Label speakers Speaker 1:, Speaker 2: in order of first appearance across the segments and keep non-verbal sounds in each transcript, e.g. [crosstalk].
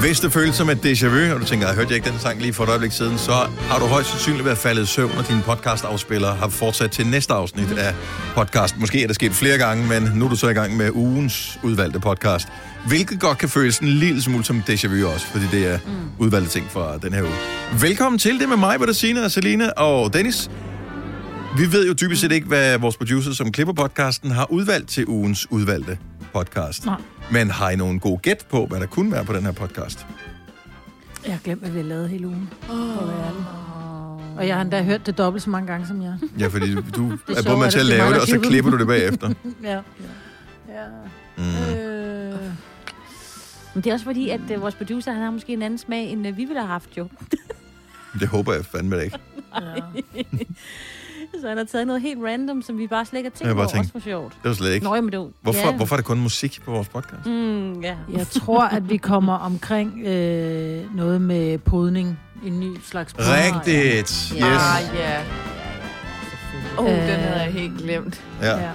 Speaker 1: Hvis det føles som et déjà vu, og du tænker, jeg hørte jeg ikke den sang lige for et øjeblik siden, så har du højst sandsynligt været faldet i søvn, og din podcastafspiller har fortsat til næste afsnit af podcasten. Måske er det sket flere gange, men nu er du så i gang med ugens udvalgte podcast. Hvilket godt kan føles en lille smule som déjà vu også, fordi det er udvalgte ting fra den her uge. Velkommen til det med mig, Britta, Signe og Selina og Dennis. Vi ved jo dybest set ikke, hvad vores producer, som klipper podcasten, har udvalgt til ugens udvalgte podcast.
Speaker 2: Nej.
Speaker 1: Men har I nogen god gæt på, hvad der kunne være på den her podcast?
Speaker 2: Jeg har glemt, hvad vi har lavet hele ugen. Oh. Og jeg har endda hørt det dobbelt så mange gange som jeg.
Speaker 1: Ja, fordi du er
Speaker 2: sjovt,
Speaker 1: både med
Speaker 2: at
Speaker 1: til at
Speaker 2: det er
Speaker 1: lave
Speaker 2: mig,
Speaker 1: det,
Speaker 2: der
Speaker 1: og så
Speaker 2: klipper.
Speaker 1: klipper du det bagefter.
Speaker 2: [laughs] Ja. ja. Øh.
Speaker 3: Men det er også fordi, at øh, vores producer, han har måske en anden smag, end øh, vi ville have haft jo. [laughs]
Speaker 1: Det håber jeg fandme da ikke.
Speaker 3: Så han har taget noget helt random, som vi bare slet ikke
Speaker 1: Jeg
Speaker 3: har tænkt
Speaker 1: bare
Speaker 3: over,
Speaker 1: tænkt,
Speaker 3: også for sjovt.
Speaker 1: Det var slet ikke.
Speaker 3: Nå, jamen det var-
Speaker 1: Hvorfor,
Speaker 3: ja.
Speaker 1: hvorfor er der kun musik på vores podcast?
Speaker 3: Mm, ja.
Speaker 2: Jeg tror, at vi kommer omkring øh, noget med podning. En ny slags podning.
Speaker 1: Rigtigt. Yes.
Speaker 4: Ah, ja. Åh, oh, den havde jeg helt glemt.
Speaker 1: Ja.
Speaker 2: Øh, Ja.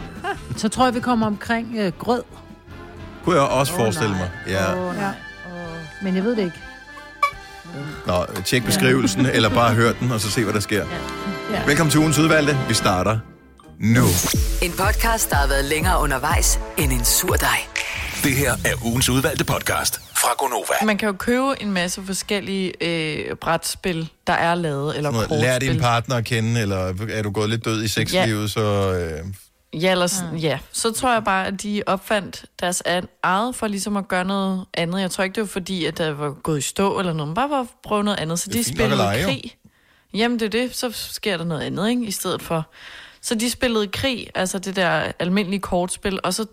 Speaker 2: Så tror jeg, vi kommer omkring øh, grød.
Speaker 1: Kunne jeg også forestille mig. Ja.
Speaker 2: Ja. Men jeg ved det ikke.
Speaker 1: Nå, tjek beskrivelsen, eller bare hør den, og så se, hvad der sker.
Speaker 2: Ja.
Speaker 1: Velkommen til ugens udvalgte. Vi starter nu.
Speaker 5: En podcast, der har været længere undervejs end en sur dej.
Speaker 6: Det her er ugens udvalgte podcast fra Gonova.
Speaker 4: Man kan jo købe en masse forskellige øh, brætspil, der er lavet, eller
Speaker 1: Noget,
Speaker 4: kortspil.
Speaker 1: Lær din partner at kende, eller er du gået lidt død i sexlivet, så... Øh,
Speaker 4: Ja, eller sådan, ja. Så tror jeg bare, at de opfandt deres an- eget for ligesom at gøre noget andet. Jeg tror ikke, det var fordi, at der var gået i stå eller noget, men bare for at prøve noget andet. Så
Speaker 1: Det er
Speaker 4: de
Speaker 1: fint nok at
Speaker 4: spillede
Speaker 1: lege, jo.
Speaker 4: krig. Jamen, det er det. Så sker der noget andet, ikke? I stedet for. Så de spillede krig, altså det der almindelige kortspil, og så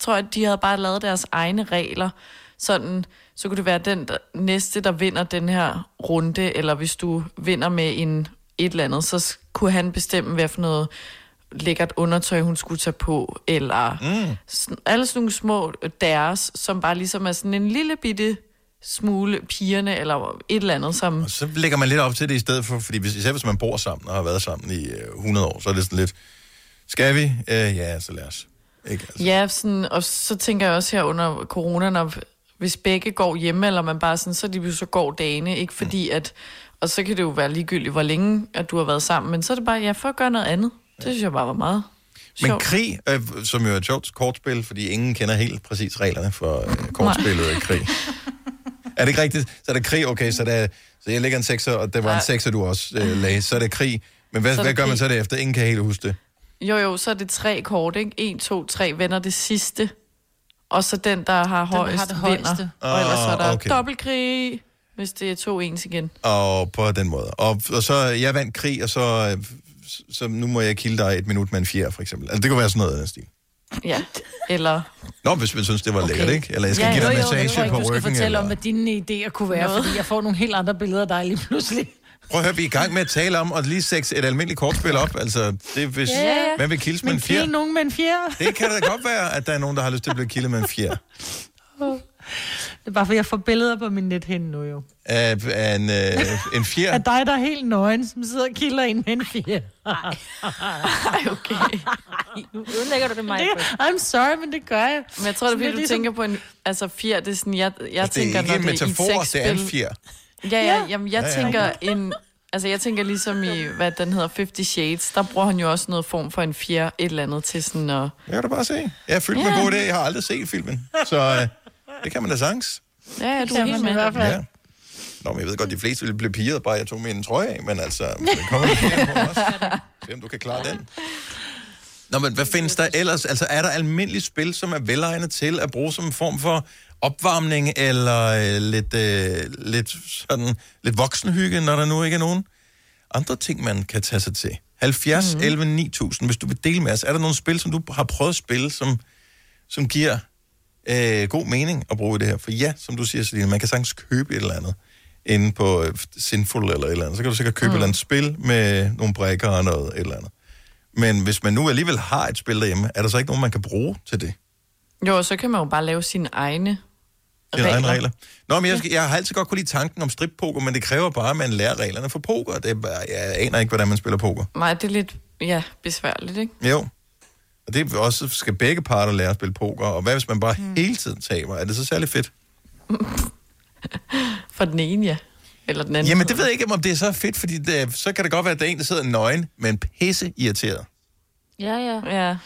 Speaker 4: tror jeg, at de havde bare lavet deres egne regler. Sådan, så kunne det være den der, næste, der vinder den her runde, eller hvis du vinder med en et eller andet, så s- kunne han bestemme, hvad for noget lækkert undertøj, hun skulle tage på, eller mm. sådan, alle sådan nogle små øh, deres, som bare ligesom er sådan en lille bitte smule pigerne, eller et eller andet, som...
Speaker 1: og så lægger man lidt op til det i stedet for, fordi hvis, især hvis man bor sammen og har været sammen i øh, 100 år, så er det sådan lidt, skal vi? Øh, ja, så lad os. Ikke, altså.
Speaker 4: Ja, sådan, og så tænker jeg også her under corona, når, hvis begge går hjemme, eller man bare sådan, så er de så går dagene, ikke fordi
Speaker 1: Mm.
Speaker 4: at, og så kan det jo være ligegyldigt, hvor længe at du har været sammen, men så er det bare, ja, for at gøre noget andet. Det synes jeg bare var meget sjovt.
Speaker 1: Men krig, øh, som jo er et sjovt kortspil, fordi ingen kender helt præcis reglerne for øh, kortspillet i krig. Er det ikke rigtigt? Så er der krig, okay, så, der, så jeg lægger en sekser, og det var en
Speaker 4: Ja. Ah.
Speaker 1: sekser, du også øh, lagde. Så er der krig. Men hvad,
Speaker 4: Så er
Speaker 1: hvad
Speaker 4: der
Speaker 1: gør man
Speaker 4: krig.
Speaker 1: så derefter? Ingen kan helt huske det.
Speaker 4: Jo, jo, så er det tre kort, ikke? En, to, tre vender det sidste. Og så den, der har højest,
Speaker 2: har det højeste.
Speaker 4: vinder. Og ellers så er der
Speaker 1: Ah, okay.
Speaker 4: okay. dobbeltkrig, hvis det er to ens igen.
Speaker 1: Og på den måde. Og, og så, øh, jeg vandt krig, og så, øh, så nu må jeg kilde dig et minut med en fjer, for eksempel. Altså, det kunne være sådan noget af den stil.
Speaker 4: Ja, eller...
Speaker 1: Nå, hvis man synes, det var okay. lækkert, ikke? Eller jeg skal
Speaker 4: Ja,
Speaker 1: ja, give
Speaker 4: jo,
Speaker 1: dig en
Speaker 4: jo, jeg
Speaker 1: massage
Speaker 2: tror ikke,
Speaker 1: på
Speaker 2: du skal
Speaker 1: ryggen.
Speaker 2: fortælle
Speaker 1: Eller...
Speaker 2: om, hvad dine idéer kunne være,
Speaker 4: Noget.
Speaker 2: fordi jeg får nogle helt andre billeder af dig lige pludselig.
Speaker 1: Prøv at høre, vi er i gang med at tale om at lige sætte et almindeligt kortspil op. Altså, det, er, hvis, yeah. man vil kildes med
Speaker 2: Men
Speaker 1: en fjer.
Speaker 2: kille nogen med en fjerde.
Speaker 1: Det kan da godt være, at der er nogen, der har lyst til at blive kildet med en fjer.
Speaker 2: Det er bare, for jeg får billeder på min nethinde nu jo.
Speaker 1: Af, af en, øh, en fjer.
Speaker 2: Af dig, der er helt nøgen, som sidder og kilder en med en fjerde.
Speaker 4: Ej, okay.
Speaker 3: Nu ødelægger du det mig.
Speaker 2: Det, I'm sorry, men det gør jeg.
Speaker 4: Men jeg tror, det er, fordi
Speaker 2: Sådan
Speaker 4: du
Speaker 2: ligesom-
Speaker 4: tænker på en... Altså, fjer, det er sådan... Jeg, jeg
Speaker 1: Det
Speaker 4: tænker,
Speaker 1: er ikke en
Speaker 4: når det er i et
Speaker 1: metafor, det er en
Speaker 4: sexspil...
Speaker 1: fjer.
Speaker 4: Ja, ja,
Speaker 2: Ja.
Speaker 4: jamen, jeg
Speaker 1: Ja, ja.
Speaker 4: tænker en... Altså, jeg tænker ligesom i, hvad den hedder, 50 Shades, der bruger han jo også noget form for en fjer, et eller andet til sådan at...
Speaker 1: Jeg kan da bare se. Jeg er fyldt med
Speaker 4: Ja.
Speaker 1: gode idéer. Jeg har aldrig set filmen. Så øh, det kan man da sagtens.
Speaker 4: Ja, ja, du er
Speaker 2: kan
Speaker 4: helt
Speaker 2: man i
Speaker 4: med.
Speaker 2: hvert fald.
Speaker 1: Ja. Nå, men jeg ved godt, de fleste ville blive piret, bare jeg tog min trøje af, men altså, det kommer en fjer på også. Se om du kan klare den. Nå, men hvad findes der ellers? Altså, er der almindelige spil, som er velegnet til at bruge som en form for opvarmning, eller øh, lidt, øh, lidt, sådan, lidt voksenhygge, når der nu ikke er nogen andre ting, man kan tage sig til? 70, mm 11, 9000, hvis du vil dele med os. Er der nogle spil, som du har prøvet at spille, som, som giver øh, god mening at bruge i det her? For ja, som du siger, Selina, man kan sagtens købe et eller andet inde på øh, Sinful eller et eller andet. Så kan du sikkert købe mm. et eller andet spil med nogle brækker og noget et eller andet. Men hvis man nu alligevel har et spil derhjemme, er der så ikke nogen, man kan bruge til det?
Speaker 4: Jo, og så kan man jo bare lave sine egne
Speaker 1: Dine egne
Speaker 4: regler.
Speaker 1: regler. Nå, men jeg, skal, jeg har altid godt kunne lide tanken om strippoker, men det kræver bare, at man lærer reglerne for poker. Det er bare, jeg aner ikke, hvordan man spiller poker.
Speaker 4: Nej, det er lidt ja, besværligt, ikke?
Speaker 1: Jo. Og det er også, skal begge parter lære at spille poker. Og hvad hvis man bare mm. hele tiden taber? Er det så særlig fedt?
Speaker 4: For den ene, ja. Eller den anden.
Speaker 1: Jamen, det ved jeg ikke, om det er så fedt, fordi det, så kan det godt være, at der er en, der sidder nøgen, men pisse irriteret.
Speaker 3: [laughs] Ja, ja.
Speaker 4: Ja.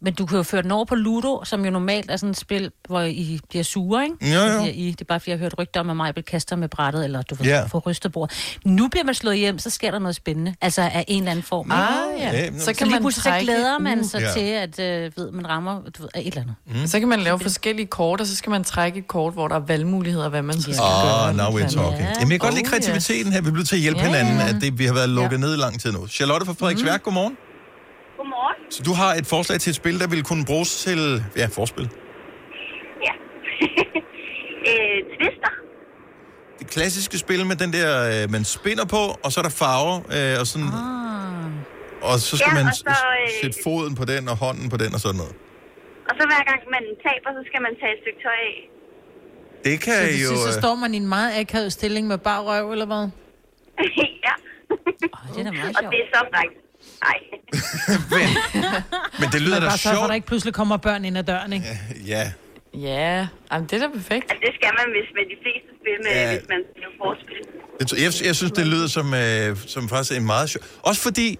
Speaker 3: Men du kan jo føre den over på Ludo, som jo normalt er sådan et spil, hvor I bliver sure, ikke?
Speaker 1: Jo, jo.
Speaker 3: Så siger I, det er bare fordi, jeg har hørt rygter om, at mig vil kaste med brættet, eller du
Speaker 1: Ja.
Speaker 3: yeah. får rystet bord. Nu bliver man slået hjem, så sker der noget spændende. Altså af en eller anden form. ikke?
Speaker 4: Ah,
Speaker 1: Ja,
Speaker 4: ja.
Speaker 1: nu-
Speaker 4: Så
Speaker 3: så
Speaker 4: kan
Speaker 3: lige
Speaker 4: man
Speaker 3: pludselig så
Speaker 4: trække...
Speaker 3: glæder man sig
Speaker 1: Ja.
Speaker 3: ja. til, at øh, ved, man rammer du ved, af et eller andet.
Speaker 1: Mm.
Speaker 4: Så kan man lave forskellige kort, og så skal man trække et kort, hvor der er valgmuligheder, hvad man så skal gøre.
Speaker 1: Åh, oh, now we're talking.
Speaker 3: Ja.
Speaker 1: Jamen, jeg kan godt lide
Speaker 4: Oh, ja.
Speaker 1: kreativiteten her. Vi bliver til at hjælpe hinanden, at det, vi har været lukket ned i lang tid nu. Charlotte fra Frederiksværk,
Speaker 2: Mm-hmm.
Speaker 1: godmorgen.
Speaker 7: Godmorgen.
Speaker 1: Så du har et forslag til et spil, der ville kunne bruges til... Ja, forspil.
Speaker 7: Ja. øh, twister.
Speaker 1: Det klassiske spil med den der, øh, man spinder på, og så er der farver, øh, og sådan...
Speaker 2: Ah.
Speaker 1: Og så skal
Speaker 7: Ja,
Speaker 1: man
Speaker 7: og så, øh,
Speaker 1: s- sætte foden på den, og hånden på den, og sådan noget.
Speaker 7: Og så hver gang man taber, så skal man tage et stykke tøj af. [laughs]
Speaker 1: Det kan
Speaker 2: Så
Speaker 1: jo...
Speaker 2: til sidst, så
Speaker 1: øh,
Speaker 2: står man i en meget akavet stilling med bare røv, eller hvad?
Speaker 7: ja.
Speaker 3: Åh, det er da meget
Speaker 7: Og
Speaker 3: sjovt.
Speaker 7: det er så frækt. Nej. [laughs]
Speaker 2: [laughs]
Speaker 1: Men det lyder
Speaker 2: Man
Speaker 1: da
Speaker 2: bare sørger for, at
Speaker 1: sjovt.
Speaker 2: der ikke pludselig kommer børn ind ad døren, ikke? Ja.
Speaker 1: Ja,
Speaker 4: Ja, Jamen, det er da perfekt.
Speaker 7: Altså, det skal man hvis med de fleste spil, med,
Speaker 1: Ja.
Speaker 7: hvis man skal forspil.
Speaker 1: det, tror- jeg, jeg synes, det lyder som, øh, som faktisk en meget sjov... Også fordi,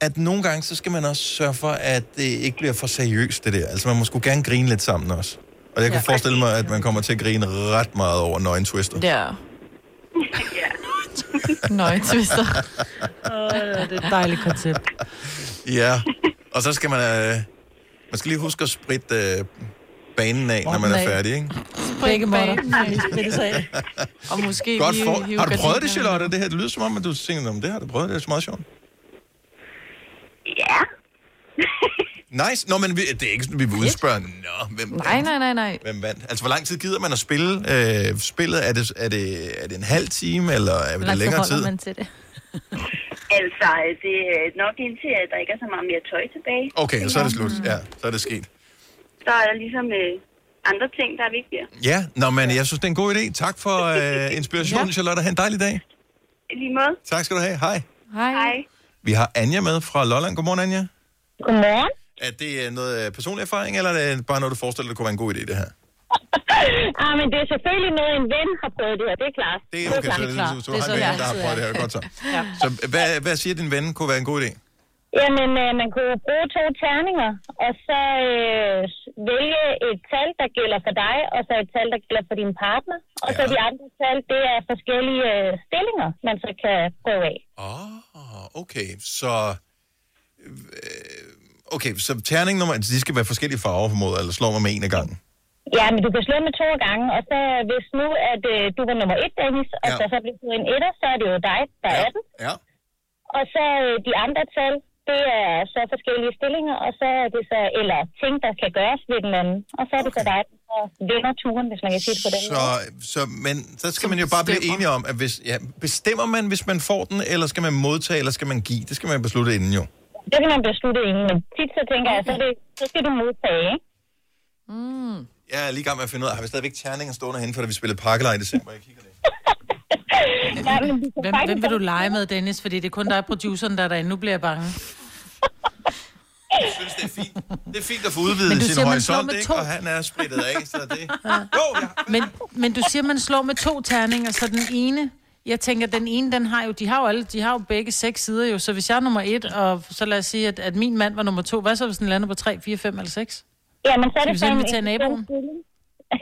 Speaker 1: at nogle gange, så skal man også sørge for, at det ikke bliver for seriøst, det der. Altså, man må sgu gerne grine lidt sammen også. Og jeg kan ja. forestille mig, at man kommer til at grine ret meget over Nøgen Twister. Ja. [laughs]
Speaker 4: Ja.
Speaker 7: ja.
Speaker 4: Nøj, twister.
Speaker 2: Øh, Det er et dejligt koncept.
Speaker 1: ja. Og så skal man... Øh, man skal lige huske at spritte øh, banen af, når man er
Speaker 2: Banen af.
Speaker 1: færdig, ikke?
Speaker 2: Begge måder.
Speaker 4: banen.
Speaker 2: Nej, det
Speaker 1: [laughs]
Speaker 2: er så-
Speaker 4: Og måske
Speaker 1: Godt
Speaker 4: hive- hive
Speaker 1: for... Har du prøvet det,
Speaker 4: gardinerne.
Speaker 1: Charlotte? Det her det lyder som om, at du tænker, om det har du prøvet, det er så meget sjovt.
Speaker 7: Ja.
Speaker 1: Nice. Nå, men vi, det er ikke sådan, vi vil udspørge, Nå, hvem
Speaker 4: Nej, nej, nej, nej.
Speaker 1: Hvem vandt? Altså, hvor lang tid gider man at spille øh, spillet? Er det, er, det, er det en halv time, eller er det længere tid?
Speaker 3: man til det?
Speaker 7: Altså, det er nok indtil, at der ikke er så meget mere tøj tilbage.
Speaker 1: Okay, så er det slut. Ja, så er det sket.
Speaker 7: Så er der ligesom øh, andre ting, der er vigtigere.
Speaker 1: Ja, nå, men jeg synes, det er en god idé. Tak for øh, inspirationen, ja. Charlotte. Ha' en dejlig dag.
Speaker 7: I Lige måde.
Speaker 1: Tak skal du have. Hej.
Speaker 7: Hej.
Speaker 1: Vi har Anja med fra Lolland. Godmorgen, Anja.
Speaker 8: Godmorgen.
Speaker 1: Er det øh, noget øh, personlig erfaring, eller er det bare noget, du forestiller dig, kunne være en god idé, det her?
Speaker 8: ah, men det er selvfølgelig noget, en ven har prøvet det her, det er klart.
Speaker 1: Det er okay, så,
Speaker 8: klart.
Speaker 1: det, så, så, så,
Speaker 2: Det er
Speaker 1: har
Speaker 2: sådan,
Speaker 1: vi en,
Speaker 2: det
Speaker 1: der har
Speaker 2: altid
Speaker 1: prøvet det
Speaker 2: er.
Speaker 1: her. Godt så. Så hvad, hvad siger din ven kunne være en god idé?
Speaker 8: Jamen, øh, man kunne jo bruge to terninger, og så øh, vælge et tal, der gælder for dig, og så et tal, der gælder for din partner. Og så
Speaker 1: Ja.
Speaker 8: de andre tal, det er forskellige øh, stillinger, man så kan prøve af.
Speaker 1: Åh, oh, okay. Så... øh, Okay, så terning nummer... altså, De skal være forskellige farver, formoder, eller slår man med en af gangen.
Speaker 8: Ja, men du kan slå med to gange, og så hvis nu, at øh, du var nummer et, Dennis, og
Speaker 1: Ja.
Speaker 8: ja. der så bliver slået en etter, så er det jo dig, der er den.
Speaker 1: ja.
Speaker 8: Og så øh, de andre tal, det er så forskellige stillinger, og så er det så, eller ting, der kan gøres ved den anden. Og så er det okay. så dig, der så vinder turen, hvis man kan sige det på den måde.
Speaker 1: Så, så, men så skal man jo bare blive
Speaker 4: bestemmer.
Speaker 1: enige om, at hvis, ja, bestemmer man, hvis man får den, eller skal man modtage, eller skal man give? Det skal man beslutte inden jo.
Speaker 8: Det kan man beslutte inden, men tit så tænker jeg, så, er det, så skal du modtage, ikke?
Speaker 1: Jeg er lige i gang med at finde ud af, har vi stadigvæk terninger stående henne, for da vi spillede pakkelej i december, jeg kigger det.
Speaker 8: Ja, men vi kan
Speaker 2: Hvem,
Speaker 8: faktisk
Speaker 2: hvem vil du lege med, Dennis? Fordi det er kun dig, produceren, der er derinde. Nu bliver jeg bange.
Speaker 1: Jeg synes, det er fint. Det er fint at få udvidet
Speaker 2: Men du
Speaker 1: sin
Speaker 2: siger, man slår
Speaker 1: horisont,
Speaker 2: med
Speaker 1: ikke?
Speaker 2: to.
Speaker 1: Og han er splittet af, så det... Jo, ja.
Speaker 2: Men, men du siger, man slår med to terninger, så den ene... Jeg tænker, den ene, den har jo, de har jo alle, de har jo begge seks sider jo, så hvis jeg er nummer et, og så lad os sige, at, at min mand var nummer to, hvad så, hvis den lander på tre, fire, fem eller seks?
Speaker 8: Ja, men så er
Speaker 2: Skal
Speaker 8: det
Speaker 2: vi så
Speaker 8: så en
Speaker 2: invitere naboen?
Speaker 8: stilling.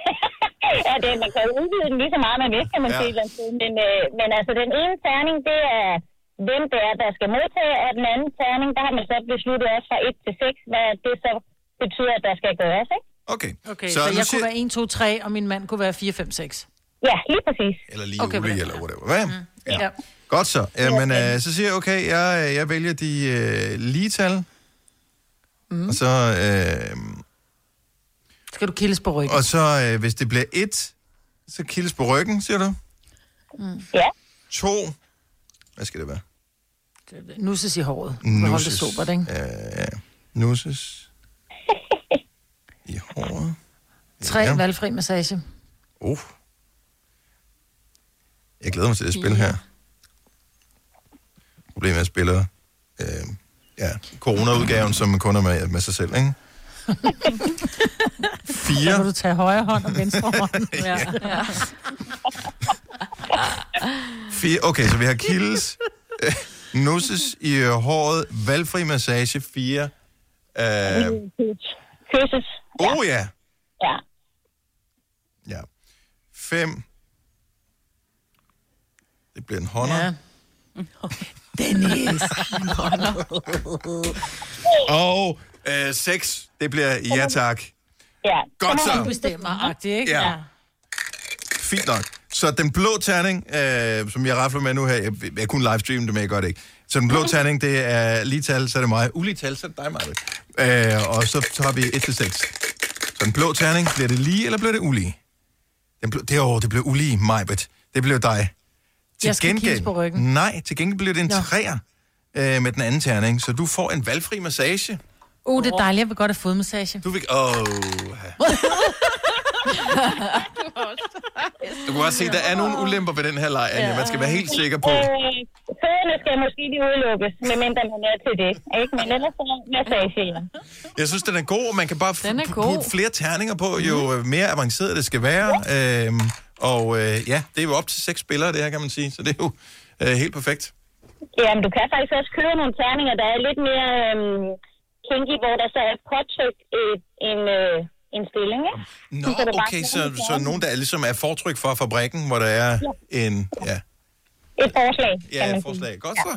Speaker 8: [laughs] ja, det, man kan jo udvide den lige så meget, man vil, kan man
Speaker 1: Ja.
Speaker 8: ja. sige. et eller andet sted. Men, øh, men altså, den ene terning, det er, hvem det er, der skal modtage, og den anden terning, der har man så besluttet også fra 1 til 6, hvad det så betyder, at der skal gøres, ikke?
Speaker 1: Okay.
Speaker 2: Okay, så, så
Speaker 1: nu
Speaker 2: jeg
Speaker 1: siger-
Speaker 2: kunne være 1, 2, 3, og min mand kunne være 4, 5, 6.
Speaker 8: Ja, lige præcis.
Speaker 1: Eller lige okay,
Speaker 2: Okay, på
Speaker 1: Ole,
Speaker 2: den
Speaker 1: eller whatever. Hvad? Mm. Ja.
Speaker 2: Ja.
Speaker 1: Godt så. Jamen, øh, så siger jeg, okay, jeg, øh, jeg vælger de øh, lige tal. Mm. Og så, øh,
Speaker 2: Skal du kildes på ryggen?
Speaker 1: og så øh, hvis det bliver et, så kildes på ryggen, siger du.
Speaker 2: Mm.
Speaker 8: Ja.
Speaker 1: To. Hvad skal det være?
Speaker 2: Nusses i håret. Hold det sobert, ikke?
Speaker 1: Øh, ja.
Speaker 2: [laughs]
Speaker 1: Nusses. I håret.
Speaker 2: Tre
Speaker 1: Ja.
Speaker 2: valgfri massage.
Speaker 1: Uh. Jeg glæder mig til at spille her. Problemet er, at jeg spiller øh, ja, corona-udgaven, som kun er med, med sig selv, [laughs] ikke?
Speaker 2: Så kan
Speaker 1: Fire.
Speaker 3: [laughs]
Speaker 2: du tage højre hånd og venstre hånd. ja.
Speaker 1: Fire, okay, så vi har kildes, øh, nusses i øh, håret, valgfri massage, fire. Øh,
Speaker 8: Kysses.
Speaker 1: oh ja,
Speaker 8: Ja.
Speaker 1: ja. Fem. Det bliver en hånder.
Speaker 2: Ja.
Speaker 1: Og øh, seks, det bliver ja tak.
Speaker 8: Ja.
Speaker 1: Godt så.
Speaker 2: Du bestemmer, agtigt, ikke?
Speaker 1: Ja. Fint nok. Så den blå terning, øh, som jeg rafler med nu her, jeg, jeg kunne livestreame det, men jeg gør det ikke. Så den [laughs] blå terning, det er lige tal, så er det mig. Ulige tal, så er det dig, Maja. Øh, og så tager vi 1 til 6. Så den blå terning, bliver det lige, eller bliver det ulige? Den blå, det, åh, det blev ulige, Majbet. Det blev dig. Til
Speaker 2: Jeg skal kigge på ryggen.
Speaker 1: Nej, til gengæld blev det en træer øh, med den anden terning, så du får en valgfri massage.
Speaker 2: Uh, det er dejligt, jeg vil godt have fodmassage.
Speaker 1: Du fik... Åh... Oh.
Speaker 4: [laughs]
Speaker 1: du kan også se, der er nogle ulemper ved den her leg, Anja. Man skal være helt sikker på.
Speaker 8: Øh, fødderne skal måske lige udelukkes, medmindre man er til det. Ikke? Men ellers så massage. ja.
Speaker 1: Jeg synes, den er god, og man kan bare
Speaker 4: Den er
Speaker 1: pu-
Speaker 4: god.
Speaker 1: putte flere terninger på, jo øh, mere avanceret det skal være. Øhm, og øh, ja, det er jo op til seks spillere, det her, kan man sige. Så det er jo øh, helt perfekt.
Speaker 8: Jamen, du kan faktisk også købe nogle terninger, der er lidt mere øhm, kinky, hvor der så er påtrykt et, en, øh, en stilling. Ikke?
Speaker 1: Nå,
Speaker 8: Så er det bare
Speaker 1: okay, så,
Speaker 8: sådan,
Speaker 1: så nogen, der ligesom er fortryk fra fabrikken, hvor der er en... Ja,
Speaker 8: Et forslag, kan
Speaker 1: Ja,
Speaker 8: man
Speaker 1: et forslag. Godt så.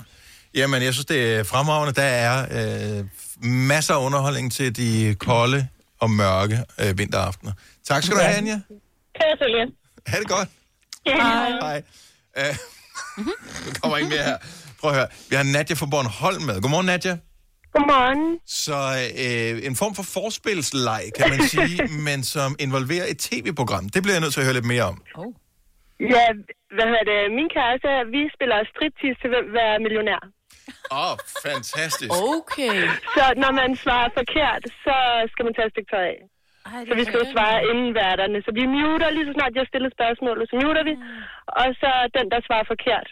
Speaker 1: Jamen, jeg synes, det er fremragende. Der er øh, masser af underholdning til de kolde og mørke øh, vinteraftener. Tak skal du have, Anja.
Speaker 8: sige. Kør til lidt.
Speaker 1: Ha' det godt. Hej. Hej. Øh, [laughs] der kommer ikke mere her. Prøv at høre. Vi har Nadja fra Bornholm med. Godmorgen, Nadja.
Speaker 9: Godmorgen.
Speaker 1: Så øh, en form for forspilsleg, kan man [laughs] sige, men som involverer et tv-program. Det bliver jeg nødt til at høre lidt mere om.
Speaker 9: Ja, hvad hedder det? Min kæreste, vi spiller striptease til hvem vil være millionær.
Speaker 1: Åh, oh, fantastisk.
Speaker 4: Okay.
Speaker 9: Så når man svarer forkert, så skal man tage et stykke tøj af.
Speaker 3: Ej, det
Speaker 9: Så vi skal jo
Speaker 3: er-
Speaker 9: svare inden værterne. Så vi muter lige så snart jeg stiller spørgsmålet, så muter vi. Og så den, der svarer forkert,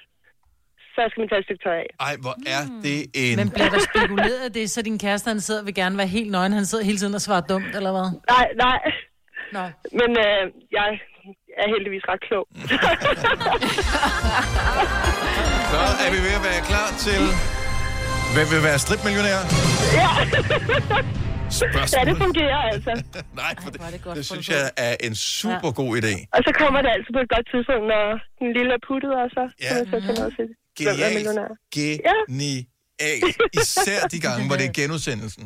Speaker 9: så skal man tage et stykke tøj af.
Speaker 1: Ej, hvor er det en...
Speaker 2: Men bliver der spekuleret af det, så din kæreste, han sidder og vil gerne være helt nøgen. Han sidder hele tiden og svarer dumt, eller hvad?
Speaker 9: Nej, nej.
Speaker 2: Nå.
Speaker 9: Men øh, jeg er heldigvis ret klog.
Speaker 1: Mm.
Speaker 9: [laughs]
Speaker 1: Så er vi ved at være klar til... Hvem vil være stripmillionær?
Speaker 9: Så det
Speaker 1: Spørgsmål.
Speaker 9: fungerer altså.
Speaker 1: [laughs] Nej, for det,
Speaker 3: hvor er det
Speaker 1: det,
Speaker 3: godt
Speaker 1: det synes
Speaker 3: fundet
Speaker 1: jeg er en super god idé.
Speaker 9: Og så kommer det altså på et godt tidspunkt, når den lille er puttet, og så
Speaker 1: Ja.
Speaker 9: kan man så tage noget til. Hvem er
Speaker 1: Genialt.
Speaker 9: millionær? [laughs]
Speaker 1: Genialt. Især de gange, hvor det er genudsendelsen.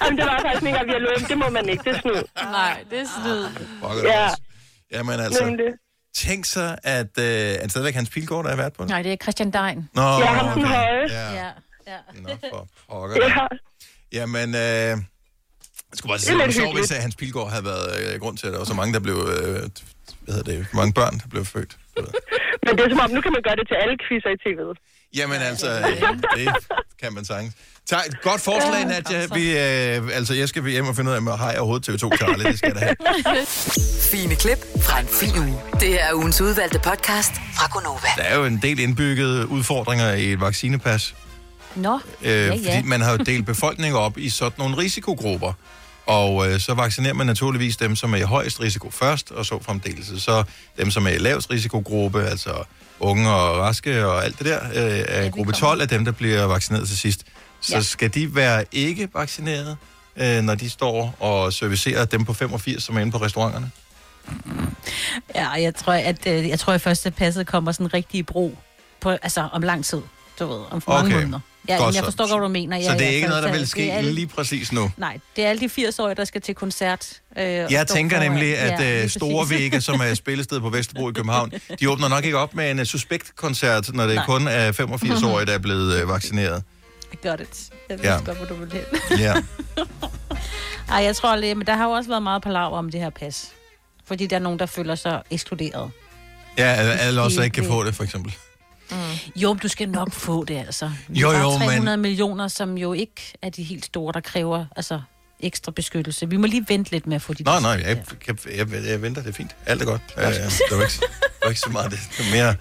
Speaker 9: Jamen, det var faktisk ikke, at vi har løbet. Det må man ikke. Det er snyd.
Speaker 4: Nej, det er snyd.
Speaker 1: Fuck
Speaker 9: Ja.
Speaker 1: ja. Jamen altså,
Speaker 9: Nemlig.
Speaker 1: tænk så, at, øh, at stadigvæk Hans Pilgaard, der er vært på den.
Speaker 3: Nej, det er Christian Dein.
Speaker 1: Nå,
Speaker 9: Ja, ham den høje.
Speaker 1: Ja,
Speaker 3: Ja. ja.
Speaker 1: nå for pokker.
Speaker 9: Ja.
Speaker 1: Jamen, øh, jeg skulle bare sige, det
Speaker 9: Det er
Speaker 1: var sjovt,
Speaker 9: lidt hyggeligt.
Speaker 1: hvis øh, Hans Pilgaard havde været øh, grund til, at der var så mange, der blev... Øh, hvad hedder det? Mange børn, der blev født. Jeg ved.
Speaker 9: Men det er som om, nu kan man gøre det til alle quizzer i tv'et.
Speaker 1: Jamen altså, øh, det kan man sagtens. Tak, godt forslag, Nadia. Vi, øh, altså, jeg skal hjem og finde ud af, om jeg har jeg overhovedet TV2 Charlie, det skal jeg da have.
Speaker 5: Fine klip fra en fin uge. Det her er ugens udvalgte podcast fra Gonova.
Speaker 1: Der er jo en del indbyggede udfordringer i et vaccinepas,
Speaker 3: Nå,
Speaker 1: øh,
Speaker 3: ja, ja.
Speaker 1: fordi man har jo delt befolkningen op i sådan nogle risikogrupper. Og øh, så vaccinerer man naturligvis dem, som er i højest risiko først, og så fremdeles. Så dem, som er i lavest risikogruppe, altså unge og raske og alt det der, øh, er gruppe 12 af dem, der bliver vaccineret til sidst. Så ja. skal de være ikke vaccineret, øh, når de står og servicerer dem på 85, som er inde på restauranterne?
Speaker 3: Ja, jeg tror, at øh, jeg tror, at første passet kommer sådan rigtig i brug på, altså om lang tid, du ved, om for mange
Speaker 1: Okay.
Speaker 3: måneder. Ja,
Speaker 1: Godt
Speaker 3: men jeg
Speaker 1: så.
Speaker 3: forstår godt, hvad du mener. Ja,
Speaker 1: så det er
Speaker 3: ja,
Speaker 1: ikke noget, der
Speaker 3: så
Speaker 1: vil
Speaker 3: det
Speaker 1: ske
Speaker 3: er alle-
Speaker 1: lige præcis nu?
Speaker 3: Nej, det er alle de 80-årige, der skal til koncert. Øh,
Speaker 1: Jeg tænker nemlig, at øh,
Speaker 3: [laughs]
Speaker 1: Store Vega, som er spillested på Vesterbro i København, de åbner nok ikke op med en uh, suspektkoncert, når det
Speaker 3: Nej.
Speaker 1: kun er 85-årige, der er blevet uh, vaccineret.
Speaker 3: Got it. Jeg ved
Speaker 1: Ja.
Speaker 3: ja. godt, hvor du vil hen.
Speaker 1: Ja.
Speaker 3: Ej, jeg tror lige, men der har jo også været meget palaver om det her pas. Fordi der er nogen, der føler sig ekskluderet.
Speaker 1: ja, al- alle også ikke kan få det, for eksempel.
Speaker 3: Jo, men du skal nok få det, altså. Men
Speaker 1: Jo,
Speaker 3: der er
Speaker 1: jo, men-
Speaker 3: 300 millioner, som jo ikke er de helt store, der kræver altså, ekstra beskyttelse. Vi må lige vente lidt med at få de
Speaker 1: Nå,
Speaker 3: der-
Speaker 1: nej, jeg, jeg, jeg, jeg venter, det er fint. Alt er godt. Uh, det var ikke, det var ikke så meget det. det var mere,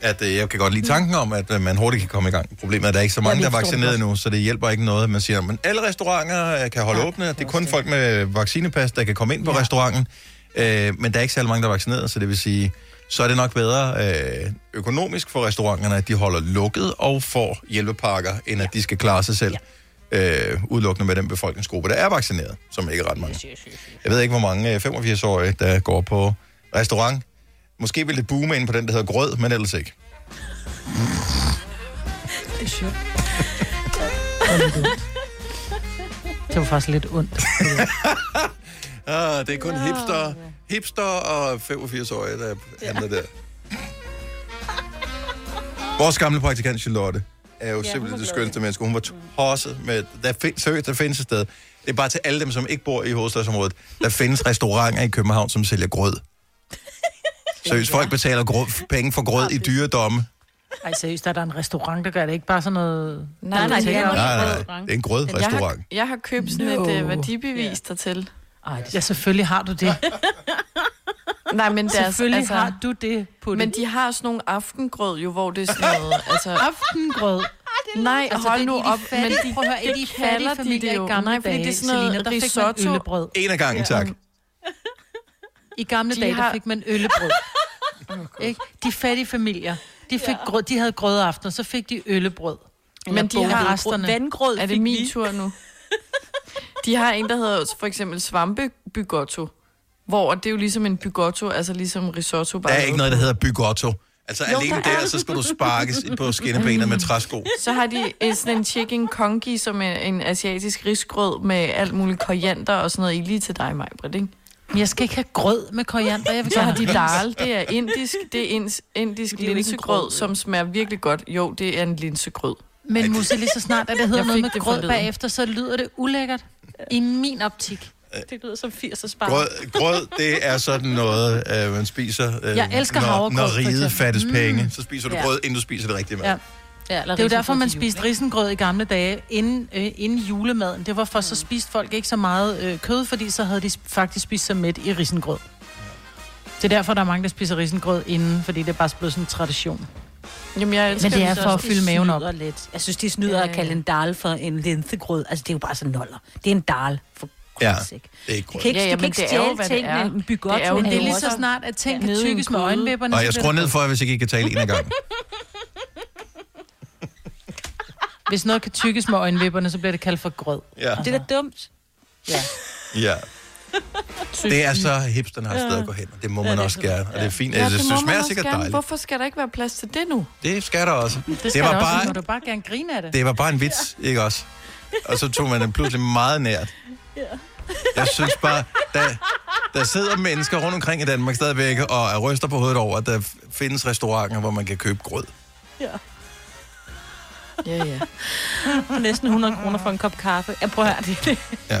Speaker 1: at uh, jeg kan godt lide tanken om, at uh, man hurtigt kan komme i gang. Problemet er, at der er ikke så mange,
Speaker 3: Ja,
Speaker 1: der
Speaker 3: vi
Speaker 1: er
Speaker 3: forstår det
Speaker 1: vaccineret
Speaker 3: godt.
Speaker 1: nu, så det hjælper ikke noget. Man siger, men alle restauranter øh, kan holde åbne. Det er kun folk Øh, med vaccinepas, der kan komme ind på restauranten. Uh, men der er ikke særlig mange, der er vaccineret, så det vil sige, så er det nok bedre øh, økonomisk for restauranterne, at de holder lukket og får hjælpepakker, end at de skal klare sig selv øh, udelukkende med den befolkningsgruppe, der er vaccineret, som ikke er ret mange. Jeg ved ikke, hvor mange øh, 85-årige, der går på restaurant. Måske vil det boome ind på den, der hedder grød, men ellers ikke.
Speaker 2: Det var faktisk lidt ondt.
Speaker 1: Ah, det er kun ja. hipster, hipster og 85-årige, der handler der. Vores gamle praktikant Charlotte er jo ja, simpelthen det skønneste menneske. Hun var tosset med... Der, find, seriøst, der findes et sted. Det er bare til alle dem, som ikke bor i hovedstadsområdet. Der findes restauranter i København, som sælger [laughs] grød. Seriøst, folk betaler grød, penge for grød i dyredomme.
Speaker 2: Ej, seriøst, der er der en restaurant, der gør det ikke bare sådan noget...
Speaker 4: Nej, nej, det er
Speaker 2: nej.
Speaker 1: Nej, nej, nej. Det er en
Speaker 4: Jeg har,
Speaker 1: grødrestaurant.
Speaker 4: jeg har købt sådan no. et uh, værdibevis dertil.
Speaker 2: Ej, det... Ja, selvfølgelig har du det.
Speaker 4: Nej, men deres,
Speaker 2: Selvfølgelig altså... har du det på
Speaker 4: Men de har sådan nogle aftengrød jo, hvor det er sådan noget... [laughs] Altså,
Speaker 2: aftengrød.
Speaker 4: nej, altså, hold nu op. Men de,
Speaker 3: prøv at høre,
Speaker 4: det kalder de det jo. Nej, fordi det er sådan
Speaker 2: Selina,
Speaker 4: noget
Speaker 2: der fik man
Speaker 4: risotto.
Speaker 2: øllebrød.
Speaker 1: En af gangen, tak.
Speaker 2: I gamle
Speaker 4: De
Speaker 2: dage, der
Speaker 4: har-
Speaker 2: fik man [laughs] øllebrød. Ikke? De fattige familier, de, fik ja. grød, de havde grødaften, og så fik de øllebrød.
Speaker 4: Men de har resterne.
Speaker 3: Vandgrød
Speaker 4: Er det
Speaker 3: fik
Speaker 4: min
Speaker 3: vi.
Speaker 4: tur nu? De har en, der hedder for eksempel svampebygotto. Hvor det er jo ligesom en bygotto, altså ligesom risotto. Bare
Speaker 1: Der er ikke
Speaker 4: lavet.
Speaker 1: noget, der hedder bygotto. Altså jo,
Speaker 4: Jo,
Speaker 1: alene
Speaker 4: der
Speaker 1: der,
Speaker 4: er.
Speaker 1: så skal du sparkes på skinnebenet med træsko.
Speaker 4: Så har de en- sådan en chicken kongi, som er en asiatisk risgrød med alt muligt koriander og sådan noget. Ikke lige til dig, Majbrit, ikke?
Speaker 2: Men Jeg skal ikke have grød med koriander, jeg vil
Speaker 4: Så
Speaker 2: gerne
Speaker 4: har
Speaker 2: have
Speaker 4: de dal, det er indisk, det er ins, indisk
Speaker 3: jo ikke en grød, jo.
Speaker 4: linsegrød, som smager virkelig godt. Jo, det er en linsegrød.
Speaker 2: Men Musse, lige så snart, at det hedder
Speaker 4: Jeg
Speaker 2: noget
Speaker 4: fik
Speaker 2: med
Speaker 4: det
Speaker 2: grød
Speaker 4: forleden.
Speaker 2: bagefter, så lyder det ulækkert. I min optik.
Speaker 3: Det lyder som 80'er barn.
Speaker 1: Grød, grød, det er sådan noget, øh, man spiser, øh,
Speaker 2: Jeg elsker
Speaker 1: når,
Speaker 2: havregrød,
Speaker 1: når
Speaker 2: for
Speaker 1: riget
Speaker 2: eksempel.
Speaker 1: fattes mm. penge. Så spiser du
Speaker 3: Ja.
Speaker 1: grød, inden du spiser det rigtige mad. [laughs]
Speaker 2: Ja.
Speaker 1: Ja.
Speaker 3: Ja, eller
Speaker 2: Det er jo
Speaker 3: risengrød
Speaker 2: derfor, man
Speaker 3: til jul,
Speaker 2: spiste
Speaker 3: ikke?
Speaker 2: risengrød i gamle dage, inden, øh, inden julemaden. Det var for, så spiste folk ikke så meget øh, kød, fordi så havde de sp- faktisk spist sig mæt i risengrød. Det er derfor, der er mange, der spiser risengrød inden, fordi det er bare blevet sådan en tradition.
Speaker 4: Jamen, jeg elsker
Speaker 2: Men det er
Speaker 4: så
Speaker 2: for at
Speaker 4: også.
Speaker 2: fylde maven op.
Speaker 3: Snyder Lidt. Jeg synes, de snyder at kalde en dal for en linsegrød. Altså, det er jo bare sådan noller. Det er en dal for
Speaker 1: Ja,
Speaker 3: Guds sake.
Speaker 1: det er ikke
Speaker 3: De
Speaker 1: grød.
Speaker 3: kan ikke,
Speaker 4: Ja,
Speaker 3: ja,
Speaker 4: ja,
Speaker 3: de kan
Speaker 4: men
Speaker 3: ikke
Speaker 4: det er jo,
Speaker 3: stjæle
Speaker 4: hvad det
Speaker 3: tingene.
Speaker 4: er.
Speaker 3: En bygotto
Speaker 4: Det er jo
Speaker 2: Men det er
Speaker 4: jo
Speaker 2: lige
Speaker 4: også-
Speaker 2: så snart, at ting kan
Speaker 4: Nede i en
Speaker 2: tykkes med
Speaker 4: gryde.
Speaker 2: øjenvipperne.
Speaker 1: Og
Speaker 2: så
Speaker 1: jeg
Speaker 2: bliver
Speaker 1: skruer
Speaker 2: det
Speaker 1: ned for, jer, hvis ikke I kan tale en af gangen.
Speaker 2: grød. Hvis noget kan tykkes med øjenvipperne, så bliver det kaldt for grød.
Speaker 1: Ja.
Speaker 3: Det er da dumt.
Speaker 1: ja. Det er så hipsterne har et sted at gå hen, og det må man også gerne. Og det er fint. Altså,
Speaker 4: Ja,
Speaker 1: Ja, det,
Speaker 4: det må
Speaker 1: det
Speaker 4: man
Speaker 1: smager
Speaker 4: også
Speaker 1: sikkert
Speaker 4: gerne.
Speaker 1: dejligt.
Speaker 4: Hvorfor skal der ikke være plads til det nu?
Speaker 1: Det skal der også.
Speaker 2: Det,
Speaker 1: det, var
Speaker 2: også, må
Speaker 1: bare,
Speaker 2: du bare gerne grine af det.
Speaker 1: det var bare en vits, ikke også? Og så tog man den pludselig meget nært. Jeg synes bare, der, der sidder mennesker rundt omkring i Danmark stadigvæk og er ryster på hovedet over, at der f- findes restauranter, hvor man kan købe grød.
Speaker 4: Ja, [laughs] ja.
Speaker 3: For næsten 100 kroner for en kop kaffe. Jeg prøver at høre det.
Speaker 1: Ja.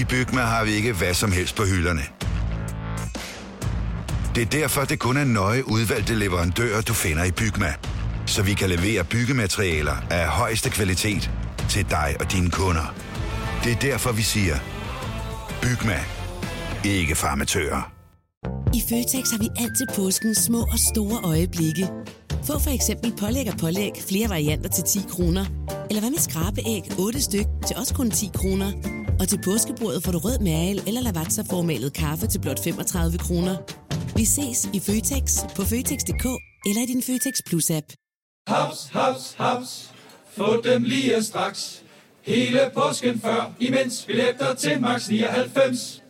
Speaker 10: I Bygma har vi ikke hvad som helst på hylderne. Det er derfor, det kun er nøje udvalgte leverandører, du finder i Bygma. Så vi kan levere byggematerialer af højeste kvalitet til dig og dine kunder. Det er derfor, vi siger, Bygma. Ikke farmatører.
Speaker 11: I Føtex har vi altid påsken små og store øjeblikke. Få for eksempel pålæg og pålæg flere varianter til 10 kroner. Eller hvad med skrabeæg 8 styk til også kun 10 kroner. Og til påskebordet får du rød mal eller lavatserformalet kaffe til blot 35 kroner. Vi ses i Føtex på Føtex.dk eller i din Føtex Plus-app.
Speaker 10: Haps, haps, haps. Få dem lige straks. Hele påsken før, imens billetter til max 99.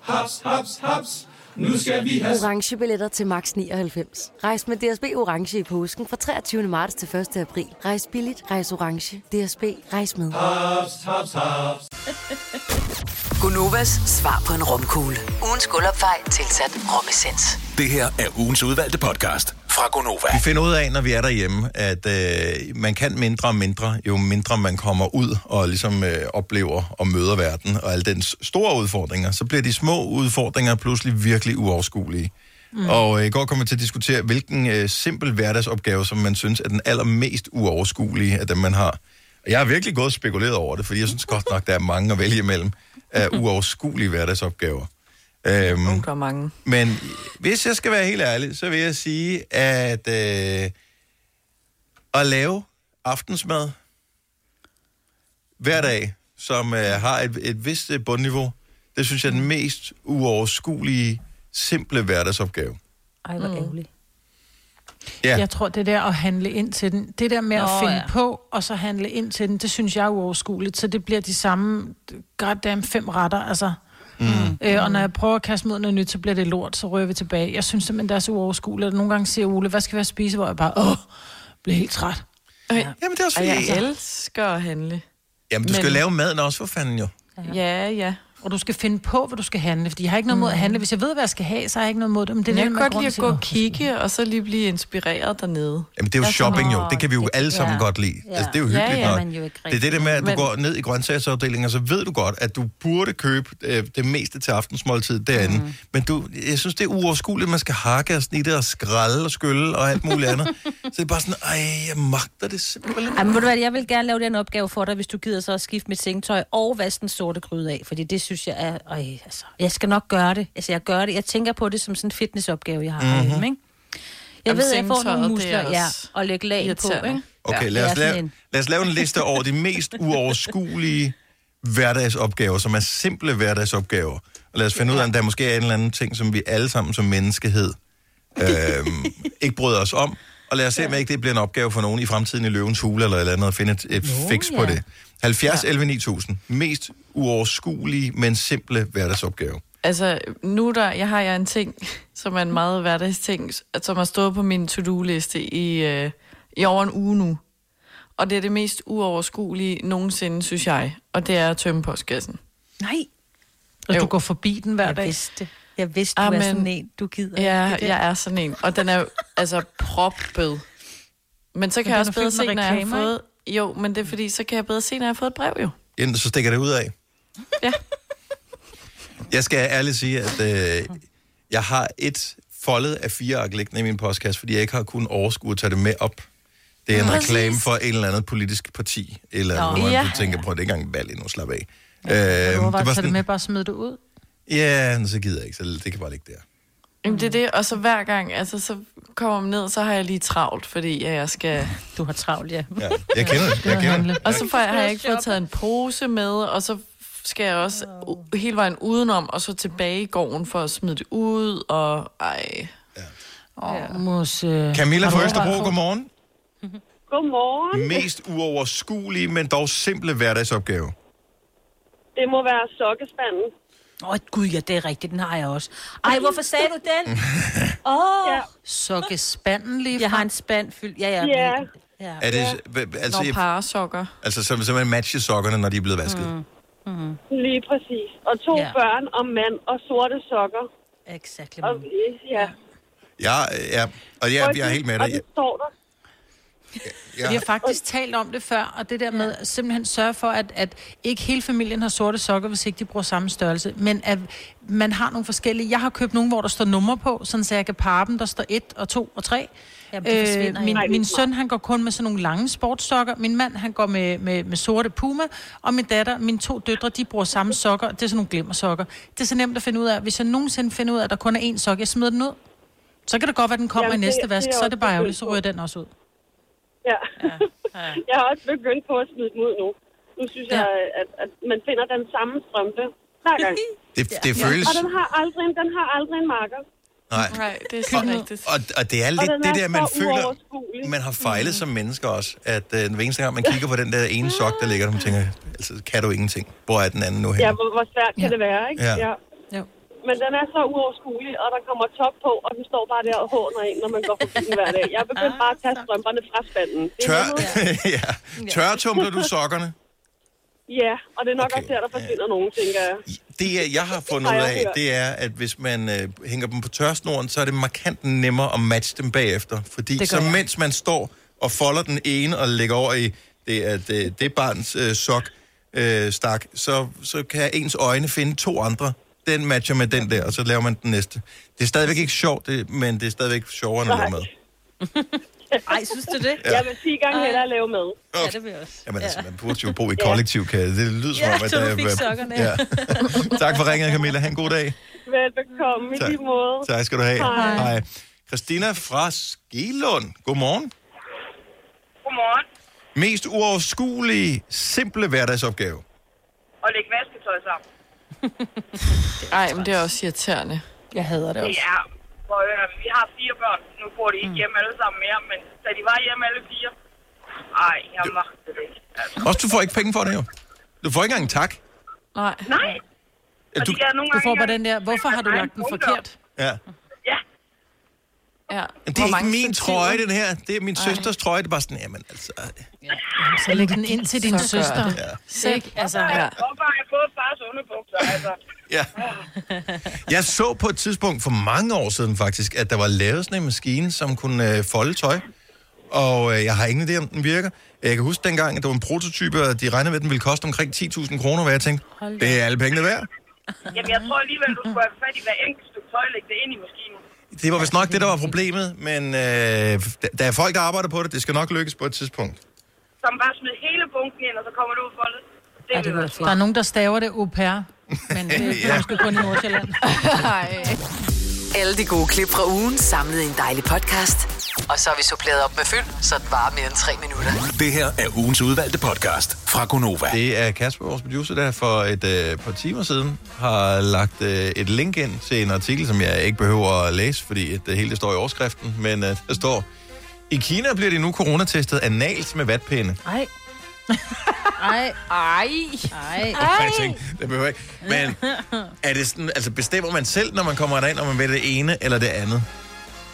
Speaker 10: Haps, haps, haps. Nu skal vi have...
Speaker 11: Orange billetter til max 99. Rejs med DSB Orange i påsken fra 23. marts til 1. april. Rejs billigt, rejs orange. DSB, rejs med.
Speaker 5: Gonovas svar på en romkugle. Ugens guldopfej tilsat romessens.
Speaker 6: Det her er ugens udvalgte podcast fra Gonova.
Speaker 1: Vi finder ud af, når vi er derhjemme, at øh, man kan mindre og mindre, jo mindre man kommer ud og ligesom øh, oplever og møder verden og alle dens store udfordringer, så bliver de små udfordringer pludselig virkelig uoverskuelige. Mm. Og øh, i går kom vi til at diskutere, hvilken øh, simpel hverdagsopgave, som man synes er den allermest uoverskuelige af dem, man har. Og jeg har virkelig gået og spekuleret over det, fordi jeg synes godt nok, der er mange at vælge imellem af uoverskuelige hverdagsopgaver. Øhm,
Speaker 4: Der er mange.
Speaker 1: men hvis jeg skal være helt ærlig, så vil jeg sige, at øh, at lave aftensmad hver dag, som øh, har et, et vist øh, bundniveau, det synes jeg er den mest uoverskuelige, simple hverdagsopgave.
Speaker 3: Ej, hvor ærgerligt.
Speaker 1: Ja.
Speaker 2: Jeg tror, det der at handle ind til den, det der med Nå,
Speaker 3: Nå,
Speaker 2: at finde
Speaker 3: ja.
Speaker 2: ja. på, og så handle ind til den, det synes jeg er uoverskueligt. Så det bliver de samme, goddamn fem retter, altså.
Speaker 1: Mm.
Speaker 2: Øh, og når jeg prøver at kaste mod noget nyt, så bliver det lort, så rører vi tilbage. Jeg synes simpelthen, det er så uoverskueligt. Og Nogle gange siger Ole, hvad skal vi have at spise, hvor jeg bare, åh, bliver helt træt.
Speaker 4: Ja.
Speaker 1: Jamen, det er også
Speaker 4: og jeg
Speaker 1: fordi-
Speaker 4: elsker at handle.
Speaker 1: Jamen, du skal
Speaker 4: Men-
Speaker 1: lave maden også, for fanden jo.
Speaker 4: Ja, ja.
Speaker 2: Og du skal finde på, hvad du skal handle, fordi jeg har ikke noget mod at handle. Hvis jeg ved, hvad jeg skal have, så har jeg ikke noget mod det. Men det
Speaker 4: Det
Speaker 2: er
Speaker 4: Mm.
Speaker 2: den
Speaker 4: jeg kan
Speaker 2: der
Speaker 4: godt
Speaker 2: grund
Speaker 4: lide at
Speaker 2: til,
Speaker 4: gå
Speaker 2: "Åh,
Speaker 4: og kigge, og så lige blive inspireret dernede.
Speaker 1: Jamen, det er jo
Speaker 4: Altså,
Speaker 1: shopping jo.
Speaker 4: åh,
Speaker 1: Det kan vi jo alle sammen godt lide.
Speaker 4: ja.
Speaker 1: Altså, det er jo
Speaker 4: Ja,
Speaker 1: hyggeligt
Speaker 4: ja,
Speaker 1: nok.
Speaker 4: men jo ikke
Speaker 1: det er det der med, at du
Speaker 4: rigtigt.
Speaker 1: går ned i grøntsagsafdelingen, og så ved du godt, at du burde købe øh, det meste til aftensmåltid derinde. Mm. Men du, jeg synes, det er uoverskueligt, at man skal hakke og snitte og skrælle og skylle og alt muligt
Speaker 4: [laughs]
Speaker 1: andet. Så det er bare sådan, ej, jeg magter det simpelthen.
Speaker 3: Ej, men ved du hvad, jeg vil gerne lave den opgave for dig, hvis du gider så at skifte mit sengetøj og vaske den sorte gryde af, fordi det synes jeg er... Øj, altså, jeg skal nok gøre det. Altså, jeg gør det. Jeg tænker på det som sådan en fitnessopgave, jeg har
Speaker 1: Mhm.
Speaker 3: mm-hmm. herhjemme, ikke? Jeg Jamen,
Speaker 4: Jamen,
Speaker 3: ved, jeg får nogle
Speaker 4: sengetøjet, det er
Speaker 3: muskler, ja,
Speaker 4: også
Speaker 3: og lægge lag på,
Speaker 4: irriterende.
Speaker 3: ikke?
Speaker 1: Okay, lad
Speaker 3: Jeg er
Speaker 1: os,
Speaker 3: sådan
Speaker 1: lave,
Speaker 3: en-
Speaker 1: lad os lave en liste over de mest uoverskuelige hverdagsopgaver, som er simple hverdagsopgaver. Og lad os finde ud af, om der måske er en eller anden ting, som vi alle sammen som menneskehed
Speaker 12: [laughs]
Speaker 1: øhm, ikke bryder os om. Og lad os se, om ikke det bliver en opgave for nogen i fremtiden i løvens hule eller et eller andet, at finde et, et fix på
Speaker 12: ja.
Speaker 1: det. 70 11 9000. Mest uoverskuelige, men simple hverdagsopgave.
Speaker 4: Altså, nu der, jeg har jeg en ting, som er en meget hverdagsting, som har stået på min to-do-liste i, øh, i over en uge nu. Og det er det mest uoverskuelige nogensinde, synes jeg. Og det er at tømme postkassen.
Speaker 3: Nej.
Speaker 2: Og
Speaker 4: Jo.
Speaker 2: Altså, du går forbi den hver dag.
Speaker 3: vidste. Jeg vidste, du er sådan en, du gider.
Speaker 4: Ja,
Speaker 3: ikke det der.
Speaker 4: jeg er sådan en. Og den er jo, altså proppet. Men så
Speaker 2: Men
Speaker 4: kan jeg
Speaker 2: den
Speaker 4: også
Speaker 2: er fyldt
Speaker 4: bedre
Speaker 2: med
Speaker 4: se, når jeg har
Speaker 2: reklamer,
Speaker 4: fået... Jo, men det er fordi, så kan jeg bedre se, når jeg har fået et brev, jo.
Speaker 1: Enten så stikker det ud af.
Speaker 4: Ja.
Speaker 1: Jeg skal ærligt sige, at øh, jeg har et foldet af fire ark liggende i min postkasse, fordi jeg ikke har kunnet overskue at tage det med op. Det er en
Speaker 12: Præcis.
Speaker 1: reklame for et eller andet politisk parti, et eller
Speaker 2: Nå.
Speaker 1: andet, hvor man
Speaker 2: Ja.
Speaker 1: ja. tænker på, at det er ikke engang valg endnu, slap af.
Speaker 2: Jeg
Speaker 1: Ja,
Speaker 2: overvejer
Speaker 1: det var
Speaker 2: at tage det med,
Speaker 1: sådan,
Speaker 2: bare smide det ud.
Speaker 1: ja, men så gider jeg ikke, så det kan bare ligge der.
Speaker 4: Jamen, det er det. Og så hver gang, altså, så kommer man ned, så har jeg lige travlt, fordi jeg skal...
Speaker 3: Du har travlt, ja.
Speaker 1: Ja, jeg kender det, jeg kender det.
Speaker 4: Og så får, har jeg ikke fået taget en pose med, og så skal jeg også u- hele vejen udenom, og så tilbage i gården for at smide det ud, og ej.
Speaker 1: Altså,
Speaker 2: Åh, mos, øh,
Speaker 1: Camilla
Speaker 2: har
Speaker 1: fra
Speaker 2: du overvejet
Speaker 1: Østerbro,
Speaker 2: at-
Speaker 1: godmorgen.
Speaker 9: Godmorgen.
Speaker 1: Mest uoverskuelige, men dog simple hverdagsopgave.
Speaker 9: Det må være sokkespanden.
Speaker 3: Åh, oh, gud, ja, det er rigtigt, den har jeg også. Ej, hvorfor sagde du den? Åh, oh, ja.
Speaker 2: Sukke spanden lige
Speaker 3: Jeg har en spand fyldt, ja, ja.
Speaker 9: Ja.
Speaker 3: men- ja.
Speaker 1: Er det, hva- altså,
Speaker 4: Når
Speaker 1: jeg-
Speaker 4: parasokker.
Speaker 1: altså så, så man matcher sokkerne, når de er blevet vasket. Mm.
Speaker 9: Mm. Lige præcis. Og to
Speaker 3: Ja.
Speaker 9: ja. børn og mand og sorte sokker.
Speaker 3: Exactly.
Speaker 9: Og, ja.
Speaker 1: Ja, ja, og jeg, jeg er helt med
Speaker 9: Og
Speaker 1: dig.
Speaker 9: det står der.
Speaker 1: Ja.
Speaker 2: Vi har faktisk talt om det før, og det der med at simpelthen sørge for, at, at ikke hele familien har sorte sokker, hvis ikke de bruger samme størrelse, men at man har nogle forskellige. Jeg har købt nogle, hvor der står numre på, sådan så jeg kan pare dem, der står 1 og 2 og 3.
Speaker 3: Jamen, det forsvinder
Speaker 2: min,
Speaker 3: jo.
Speaker 2: min søn, han går kun med sådan nogle lange sportssokker. Min mand, han går med, med, med sorte puma. Og min datter, mine to døtre, de bruger samme sokker. Det er sådan nogle glimmersokker. Det er så nemt at finde ud af. Hvis jeg nogensinde finder ud af, at der kun er én sok, jeg smider den ud. Så kan det godt være, at den kommer
Speaker 9: Jamen,
Speaker 2: i
Speaker 9: det-
Speaker 2: næste
Speaker 9: det er
Speaker 2: vask. Så er
Speaker 9: også
Speaker 2: det bare ærgerligt,
Speaker 9: begyndt
Speaker 2: så
Speaker 9: på.
Speaker 2: ryger den også ud.
Speaker 9: Ja. ja. [laughs] jeg har også begyndt på at smide dem ud nu. Nu synes ja. jeg, at, at man finder den samme strømpe hver [laughs] gang.
Speaker 1: Det, det føles...
Speaker 9: Og den har aldrig, en- den har aldrig en marker.
Speaker 1: Nej.
Speaker 4: Nej, det er
Speaker 1: Og,
Speaker 4: sådan rigtigt.
Speaker 1: og, og det er
Speaker 9: Og
Speaker 1: lidt
Speaker 9: den
Speaker 1: det
Speaker 9: er
Speaker 1: der, man
Speaker 9: så
Speaker 1: føler,
Speaker 9: uoverskuelig. Mm.
Speaker 1: man har fejlet som mennesker også. At øh, hver eneste gang, man kigger på den der ene sok, der ligger der, man tænker, altså, kan du ingenting? Hvor er den anden nu
Speaker 9: Ja,
Speaker 1: her?
Speaker 9: hvor, hvor svært kan det være, ikke?
Speaker 1: Ja.
Speaker 2: Jo.
Speaker 9: Men den er så uoverskuelig, og der kommer top på, og den står bare der og håner en, når man går forbi den hver dag. Jeg er begyndt bare at tage strømperne fra spanden. Det er
Speaker 1: Tør,
Speaker 9: noget-
Speaker 1: [laughs] ja. Tørretumler du sokkerne?
Speaker 9: Ja, og det er nok okay. også der, der forsvinder nogen, tænker jeg.
Speaker 1: Det, øh, jeg har fundet
Speaker 9: har
Speaker 1: ud
Speaker 9: jeg
Speaker 1: af,
Speaker 9: hørt.
Speaker 1: det er, at hvis man øh, hænger dem på tørsnoren, så er det markant nemmere at matche dem bagefter. Fordi
Speaker 2: Det
Speaker 1: så
Speaker 2: gør jeg.
Speaker 1: mens man står og folder den ene og lægger over i det, at, øh, det barns øh, sok, øh, stak, så, så kan ens øjne finde to andre, den matcher med den der, og så laver man den næste. Det er stadigvæk ikke sjovt, det, men det er stadigvæk sjovere, når du er med.
Speaker 3: Ej, synes du det?
Speaker 9: Ja. Jeg vil 10 gange hellere lave med.
Speaker 3: Ja, det vil jeg også.
Speaker 1: Jamen altså, man burde jo bo i kollektiv, kan Det lyder som om, at... øh, ja. [laughs] Tak for ringen, Camilla. Ha' en god dag.
Speaker 9: Velbekomme i
Speaker 1: Tak.
Speaker 9: lige måde.
Speaker 1: Tak skal du have.
Speaker 9: Hej.
Speaker 1: Christina fra Skelund. Godmorgen.
Speaker 7: Godmorgen.
Speaker 1: Mest uoverskuelige, simple hverdagsopgave.
Speaker 7: Og lægge vasketøj sammen.
Speaker 4: Ej, men det er også irriterende. Jeg hader
Speaker 7: Det er, for, øh, vi har fire børn. Nu bor de
Speaker 2: Mm.
Speaker 7: ikke hjemme alle sammen mere, men da de var hjemme alle fire, ej, jeg magtede det ikke. Altså,
Speaker 1: Også du får ikke penge for det jo. Du får ikke engang en tak.
Speaker 4: Nej.
Speaker 7: Nej.
Speaker 1: Ja,
Speaker 7: Og
Speaker 1: du-
Speaker 7: de kan nogle
Speaker 2: Du
Speaker 7: gange
Speaker 2: får bare
Speaker 7: ikke
Speaker 2: den der, hvorfor har du
Speaker 7: Nej,
Speaker 2: lagt den
Speaker 7: punkter.
Speaker 2: forkert?
Speaker 1: Ja.
Speaker 4: Ja.
Speaker 1: Men det er ikke min trøje, den her. Det er min
Speaker 2: Ej.
Speaker 1: søsters trøje. Det er bare sådan, jamen altså...
Speaker 2: Så læg den ind til din
Speaker 1: Så gør
Speaker 2: søster.
Speaker 1: det. Ja.
Speaker 2: Sæk, altså.
Speaker 1: Ja.
Speaker 7: Hvorfor har jeg fået fars underbukser, altså?
Speaker 1: Ja. Jeg så på et tidspunkt for mange år siden faktisk, at der var lavet sådan en maskine, som kunne øh, folde tøj. Og øh, jeg har ingen idé, om den virker. Jeg kan huske dengang, at det var en prototype, og de regnede med, at den ville koste omkring 10.000 kroner, hvad jeg tænkte, det er alle pengene værd.
Speaker 7: Jamen, jeg tror alligevel, du skulle have fat i hver enkelt stykke tøj, lægge det ind i maskinen.
Speaker 1: Det var vist nok det, der var problemet, men øh, d- der er folk, der arbejder på det. Det skal nok lykkes på et tidspunkt.
Speaker 7: Som bare smed hele bunken ind, og så kommer du ud for det. Det, ja, det var
Speaker 2: Der er nogen, der staver det au pair. Men øh, det er
Speaker 1: Ja.
Speaker 2: måske kun i Nordsjælland.
Speaker 5: Alle de gode klip fra ugen samlet i en dejlig podcast. Og så har vi suppleret op med fyld, så det varer mere end tre minutter.
Speaker 1: Det her er ugens udvalgte podcast fra Gonova. Det er Kasper, vores producer, der for et øh, par timer siden har lagt øh, et link ind til en artikel, som jeg ikke behøver at læse, fordi at det hele det står i overskriften, men øh, der står, i Kina bliver de nu coronatestet analt med vatpinde.
Speaker 3: Ej. Ej.
Speaker 4: Ej.
Speaker 3: Ej.
Speaker 1: Og Jeg tænkte, det behøver jeg ikke. Men er det sådan, altså bestemmer man selv, når man kommer derind, om man vil det ene eller det andet?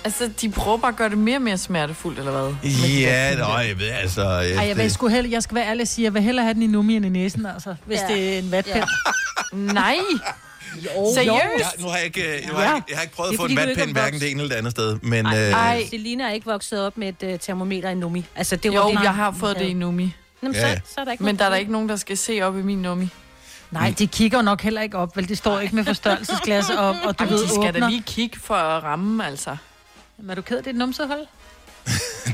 Speaker 4: Altså, de prøver bare at gøre det mere og mere smertefuldt, eller hvad?
Speaker 1: Ja, nej, jeg ved altså... øh,
Speaker 2: Ej, jeg, vil,
Speaker 1: det-
Speaker 2: sgu hellere, jeg skal være ærlig og sige, jeg vil hellere have den i nummi end i næsen, altså, hvis
Speaker 4: Ja.
Speaker 2: ja. det er en vatpind.
Speaker 4: Nej.
Speaker 2: Jo.
Speaker 4: Seriøst?
Speaker 1: Ja, nu har jeg ikke, øh, nu har jeg, ikke- jeg har ikke prøvet
Speaker 3: Det
Speaker 1: at få
Speaker 3: er fordi,
Speaker 1: en
Speaker 3: du ikke er
Speaker 1: vatpind hverken
Speaker 3: vokset.
Speaker 1: det ene eller det andet sted, men... øh,
Speaker 3: Ej. Altså, Selina er ikke vokset op med et uh, termometer i nummi. Altså, det var
Speaker 4: Jo,
Speaker 3: det,
Speaker 4: jeg har fået det i nummi.
Speaker 3: Jamen,
Speaker 1: Ja, ja.
Speaker 3: så, så er der ikke
Speaker 4: Men der er der ikke nogen, der skal se op i min nummi.
Speaker 2: Nej, de kigger jo nok heller ikke op, vel? De står ikke med forstørrelsesglas op, og du
Speaker 4: Jamen,
Speaker 2: ved,
Speaker 4: de skal da
Speaker 2: åbner.
Speaker 4: lige kigge for at ramme, altså.
Speaker 2: Jamen, er du ked af dit numsehold?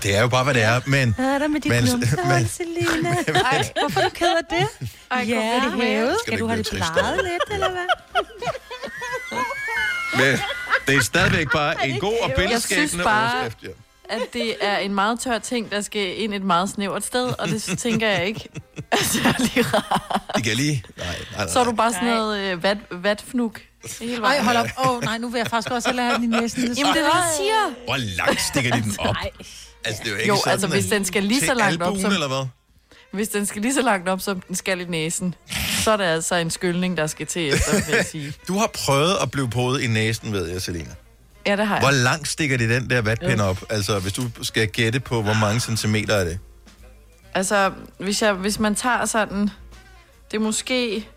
Speaker 1: Det er jo bare, hvad det er, men...
Speaker 2: Hvad er der med dit
Speaker 1: men- [laughs]
Speaker 2: numsehold,
Speaker 1: men-
Speaker 2: Selina?
Speaker 1: [laughs] Ej,
Speaker 2: hvorfor er du ked af det?
Speaker 4: Ej,
Speaker 2: ja,
Speaker 3: hvor er det hævet?
Speaker 1: Skal du have det
Speaker 3: bleget lidt, eller hvad?
Speaker 1: Men det er stadigvæk bare en god og
Speaker 4: Jeg synes
Speaker 1: billedskabende
Speaker 4: bare-
Speaker 1: overskrift, ja.
Speaker 4: At det er en meget tør ting, der skal ind et meget snævert sted, og det tænker jeg ikke.
Speaker 1: Det kan lige... Nej, nej, nej.
Speaker 4: Så er du bare sådan noget øh, vat, vatfnuk. Hele
Speaker 2: Ej,
Speaker 4: vejen.
Speaker 2: hold op. Åh, oh, nej, nu vil jeg faktisk også hellere have den i næsen.
Speaker 4: Jamen, det er det, jeg siger.
Speaker 1: Hvor langt stikker de den op? Altså, det er jo ikke
Speaker 4: Jo,
Speaker 1: sådan,
Speaker 4: altså, hvis
Speaker 1: at-
Speaker 4: den skal lige så
Speaker 1: til
Speaker 4: langt op,
Speaker 1: albuen,
Speaker 4: så-
Speaker 1: eller hvad?
Speaker 4: Hvis den skal lige så langt op, som den skal i næsen, så er der altså en skyldning, der skal til efter, vil jeg sige.
Speaker 1: Du har prøvet at blive podet i næsen, ved jeg, Selina.
Speaker 4: Ja, det har jeg.
Speaker 1: Hvor langt stikker de den der vatpind op? Altså, hvis du skal gætte på, hvor mange centimeter er det?
Speaker 4: Altså, hvis, jeg, hvis man tager sådan... Det er måske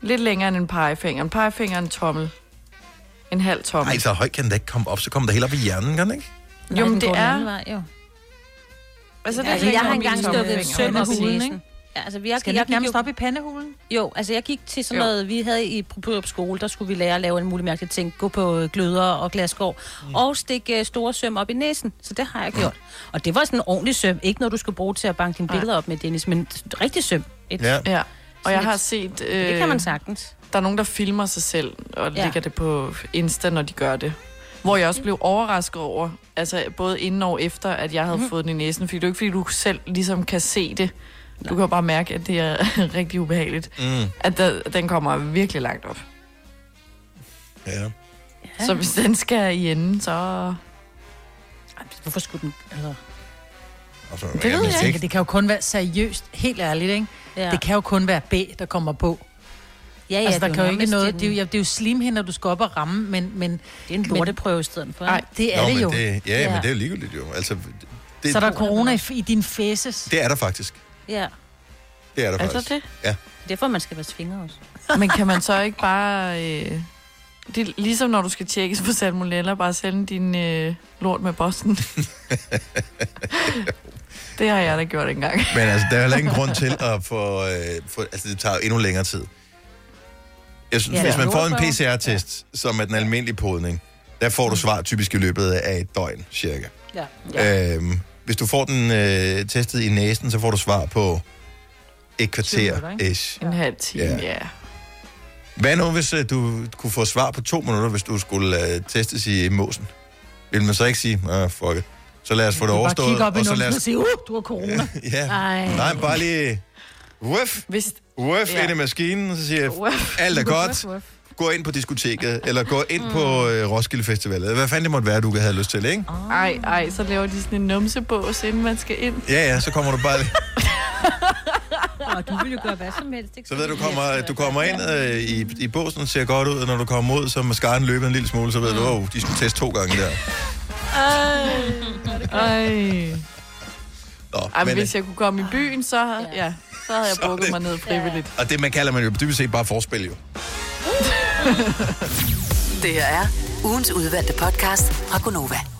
Speaker 4: lidt længere end en pegefinger. En pegefinger er en tommel. En halv tommel.
Speaker 1: Nej, så højt kan den da ikke komme op, så kommer det helt op i hjernen, kan den ikke?
Speaker 4: Jo, men
Speaker 3: den
Speaker 4: det
Speaker 3: går den
Speaker 4: er-
Speaker 3: anden Vej, jo.
Speaker 4: Altså, det
Speaker 3: altså,
Speaker 4: er
Speaker 3: jeg
Speaker 4: ikke
Speaker 3: har
Speaker 4: om
Speaker 3: engang
Speaker 4: min
Speaker 3: stukket en
Speaker 4: tommelfinger.
Speaker 3: søm op i
Speaker 4: Pandehulen,
Speaker 3: næsen.
Speaker 4: ikke?
Speaker 3: Ja, altså, vi har,
Speaker 2: Skal den
Speaker 3: jeg
Speaker 2: ikke nærmest
Speaker 3: gik jo-
Speaker 2: op i pandehulen?
Speaker 3: Jo, altså jeg gik til sådan
Speaker 2: Jo.
Speaker 3: noget, vi havde i på Bryrup skole, der skulle vi lære at lave en mulig mærkelig ting, gå på øh, gløder og glaskår, mm. og stikke øh, store søm op i næsen, så det har jeg gjort. Og det var sådan en ordentlig søm, ikke noget du skulle bruge til at banke dine billeder op med, Dennis, men t- rigtig søm. Et,
Speaker 1: Ja.
Speaker 4: Ja, og
Speaker 3: Sådan
Speaker 4: jeg har
Speaker 3: et-
Speaker 4: set... Øh,
Speaker 3: Det kan man sagtens.
Speaker 4: Der er nogen, der filmer sig selv og
Speaker 3: Ja.
Speaker 4: ja. lægger det på Insta, når de gør det. Hvor jeg også blev overrasket over, altså både inden og efter, at jeg havde
Speaker 3: Mhm.
Speaker 4: mm. fået den i næsen. Fordi det er jo ikke, fordi du selv ligesom kan se det. Du kan jo bare mærke, at det er [laughs] rigtig ubehageligt.
Speaker 1: Mm.
Speaker 4: At der, den kommer virkelig langt op.
Speaker 1: Ja.
Speaker 4: Ja. Så hvis den skal i enden, så...
Speaker 3: Hvorfor skulle den... Altså...
Speaker 1: Altså,
Speaker 2: Det ved jeg ikke. Det kan jo kun være seriøst, helt ærligt, ikke?
Speaker 3: Ja.
Speaker 2: Ja. Det kan jo kun være B, der kommer på.
Speaker 3: Ja, ja,
Speaker 2: altså, der
Speaker 3: det er
Speaker 2: kan
Speaker 3: jo
Speaker 2: jo ikke
Speaker 3: nærmest
Speaker 2: noget...
Speaker 3: en-
Speaker 2: Det er jo, ja, det er jo slimhinder, du skal op og ramme, men... men det
Speaker 3: er en lorteprøve i stedet for.
Speaker 2: Nej, det er
Speaker 1: Nå,
Speaker 2: det
Speaker 1: men
Speaker 2: jo.
Speaker 1: Det, ja, ja, men det er jo ligegyldigt jo. Altså, det,
Speaker 2: Så der er corona i, i din fæses.
Speaker 1: Det er der faktisk.
Speaker 3: Ja.
Speaker 1: Det er der
Speaker 4: Er der
Speaker 1: faktisk.
Speaker 4: det?
Speaker 1: Ja.
Speaker 3: Derfor man skal være fingre også.
Speaker 4: Men kan man så ikke bare... Øh, det er ligesom når du skal tjekkes for salmonella, bare sende din øh, lort med
Speaker 1: [laughs]
Speaker 4: bossen. det har jeg da gjort engang.
Speaker 1: Men altså, der er heller ingen grund til at få... Øh, få altså, det tager jo endnu længere tid. Jeg synes,
Speaker 12: Ja,
Speaker 1: ja, hvis man får en
Speaker 12: jordprøver.
Speaker 1: PCR-test, ja. Mm. som er den almindelige podning, der får du svar typisk i løbet af et døgn, cirka.
Speaker 12: Ja.
Speaker 1: Ja. Øhm, hvis du får den øh, testet i næsen, så får du svar på et kvarter. Ish.
Speaker 4: En halv time,
Speaker 1: Ja.
Speaker 4: ja. ja.
Speaker 1: Hvad nu, hvis øh, du kunne få svar på to minutter, hvis du skulle øh, testes i måsen? Vil man så ikke sige, ah, fuck it. Så lad os få det
Speaker 2: Bare
Speaker 1: overstået,
Speaker 2: kigge op i
Speaker 1: og så
Speaker 2: numsen
Speaker 1: lad
Speaker 2: og
Speaker 1: os...
Speaker 2: sige, uh, du har corona.
Speaker 1: [laughs] Ja,
Speaker 2: Ej.
Speaker 1: nej, bare lige... Wuff,
Speaker 4: Hvis...
Speaker 1: wuff
Speaker 2: Ja.
Speaker 1: ind i maskinen, så siger jeg,
Speaker 4: Wuff.
Speaker 1: alt er
Speaker 4: Wuff,
Speaker 1: godt.
Speaker 4: wuff, wuff.
Speaker 1: Gå ind på diskoteket, eller gå ind på
Speaker 2: Mm.
Speaker 1: øh, Roskilde Festival, eller hvad fanden det måtte være, du havde lyst til, ikke?
Speaker 2: Ah.
Speaker 4: Ej, ej, så laver de sådan en numsebås, inden man skal ind.
Speaker 1: Ja, ja, så kommer du bare...
Speaker 3: Og du vil jo gøre hvad som helst, ikke?
Speaker 1: Så ved du, kommer, du kommer ind øh, i, i båsen, ser godt ud, og når du kommer ud, så er mascaraen løbet en lille smule, så
Speaker 2: Mm.
Speaker 1: ved du, åh, de skulle teste to gange der.
Speaker 4: Ej. Ej.
Speaker 1: Nå,
Speaker 4: Ej, men
Speaker 1: men, øh,
Speaker 4: hvis jeg kunne komme i byen, så, ja, så havde jeg
Speaker 1: Så er
Speaker 4: brugt
Speaker 1: det-
Speaker 4: mig ned frivilligt.
Speaker 1: Og det, man kalder man jo dybest set bare forspil, jo.
Speaker 5: Det her er ugens udvalgte podcast fra Gonova.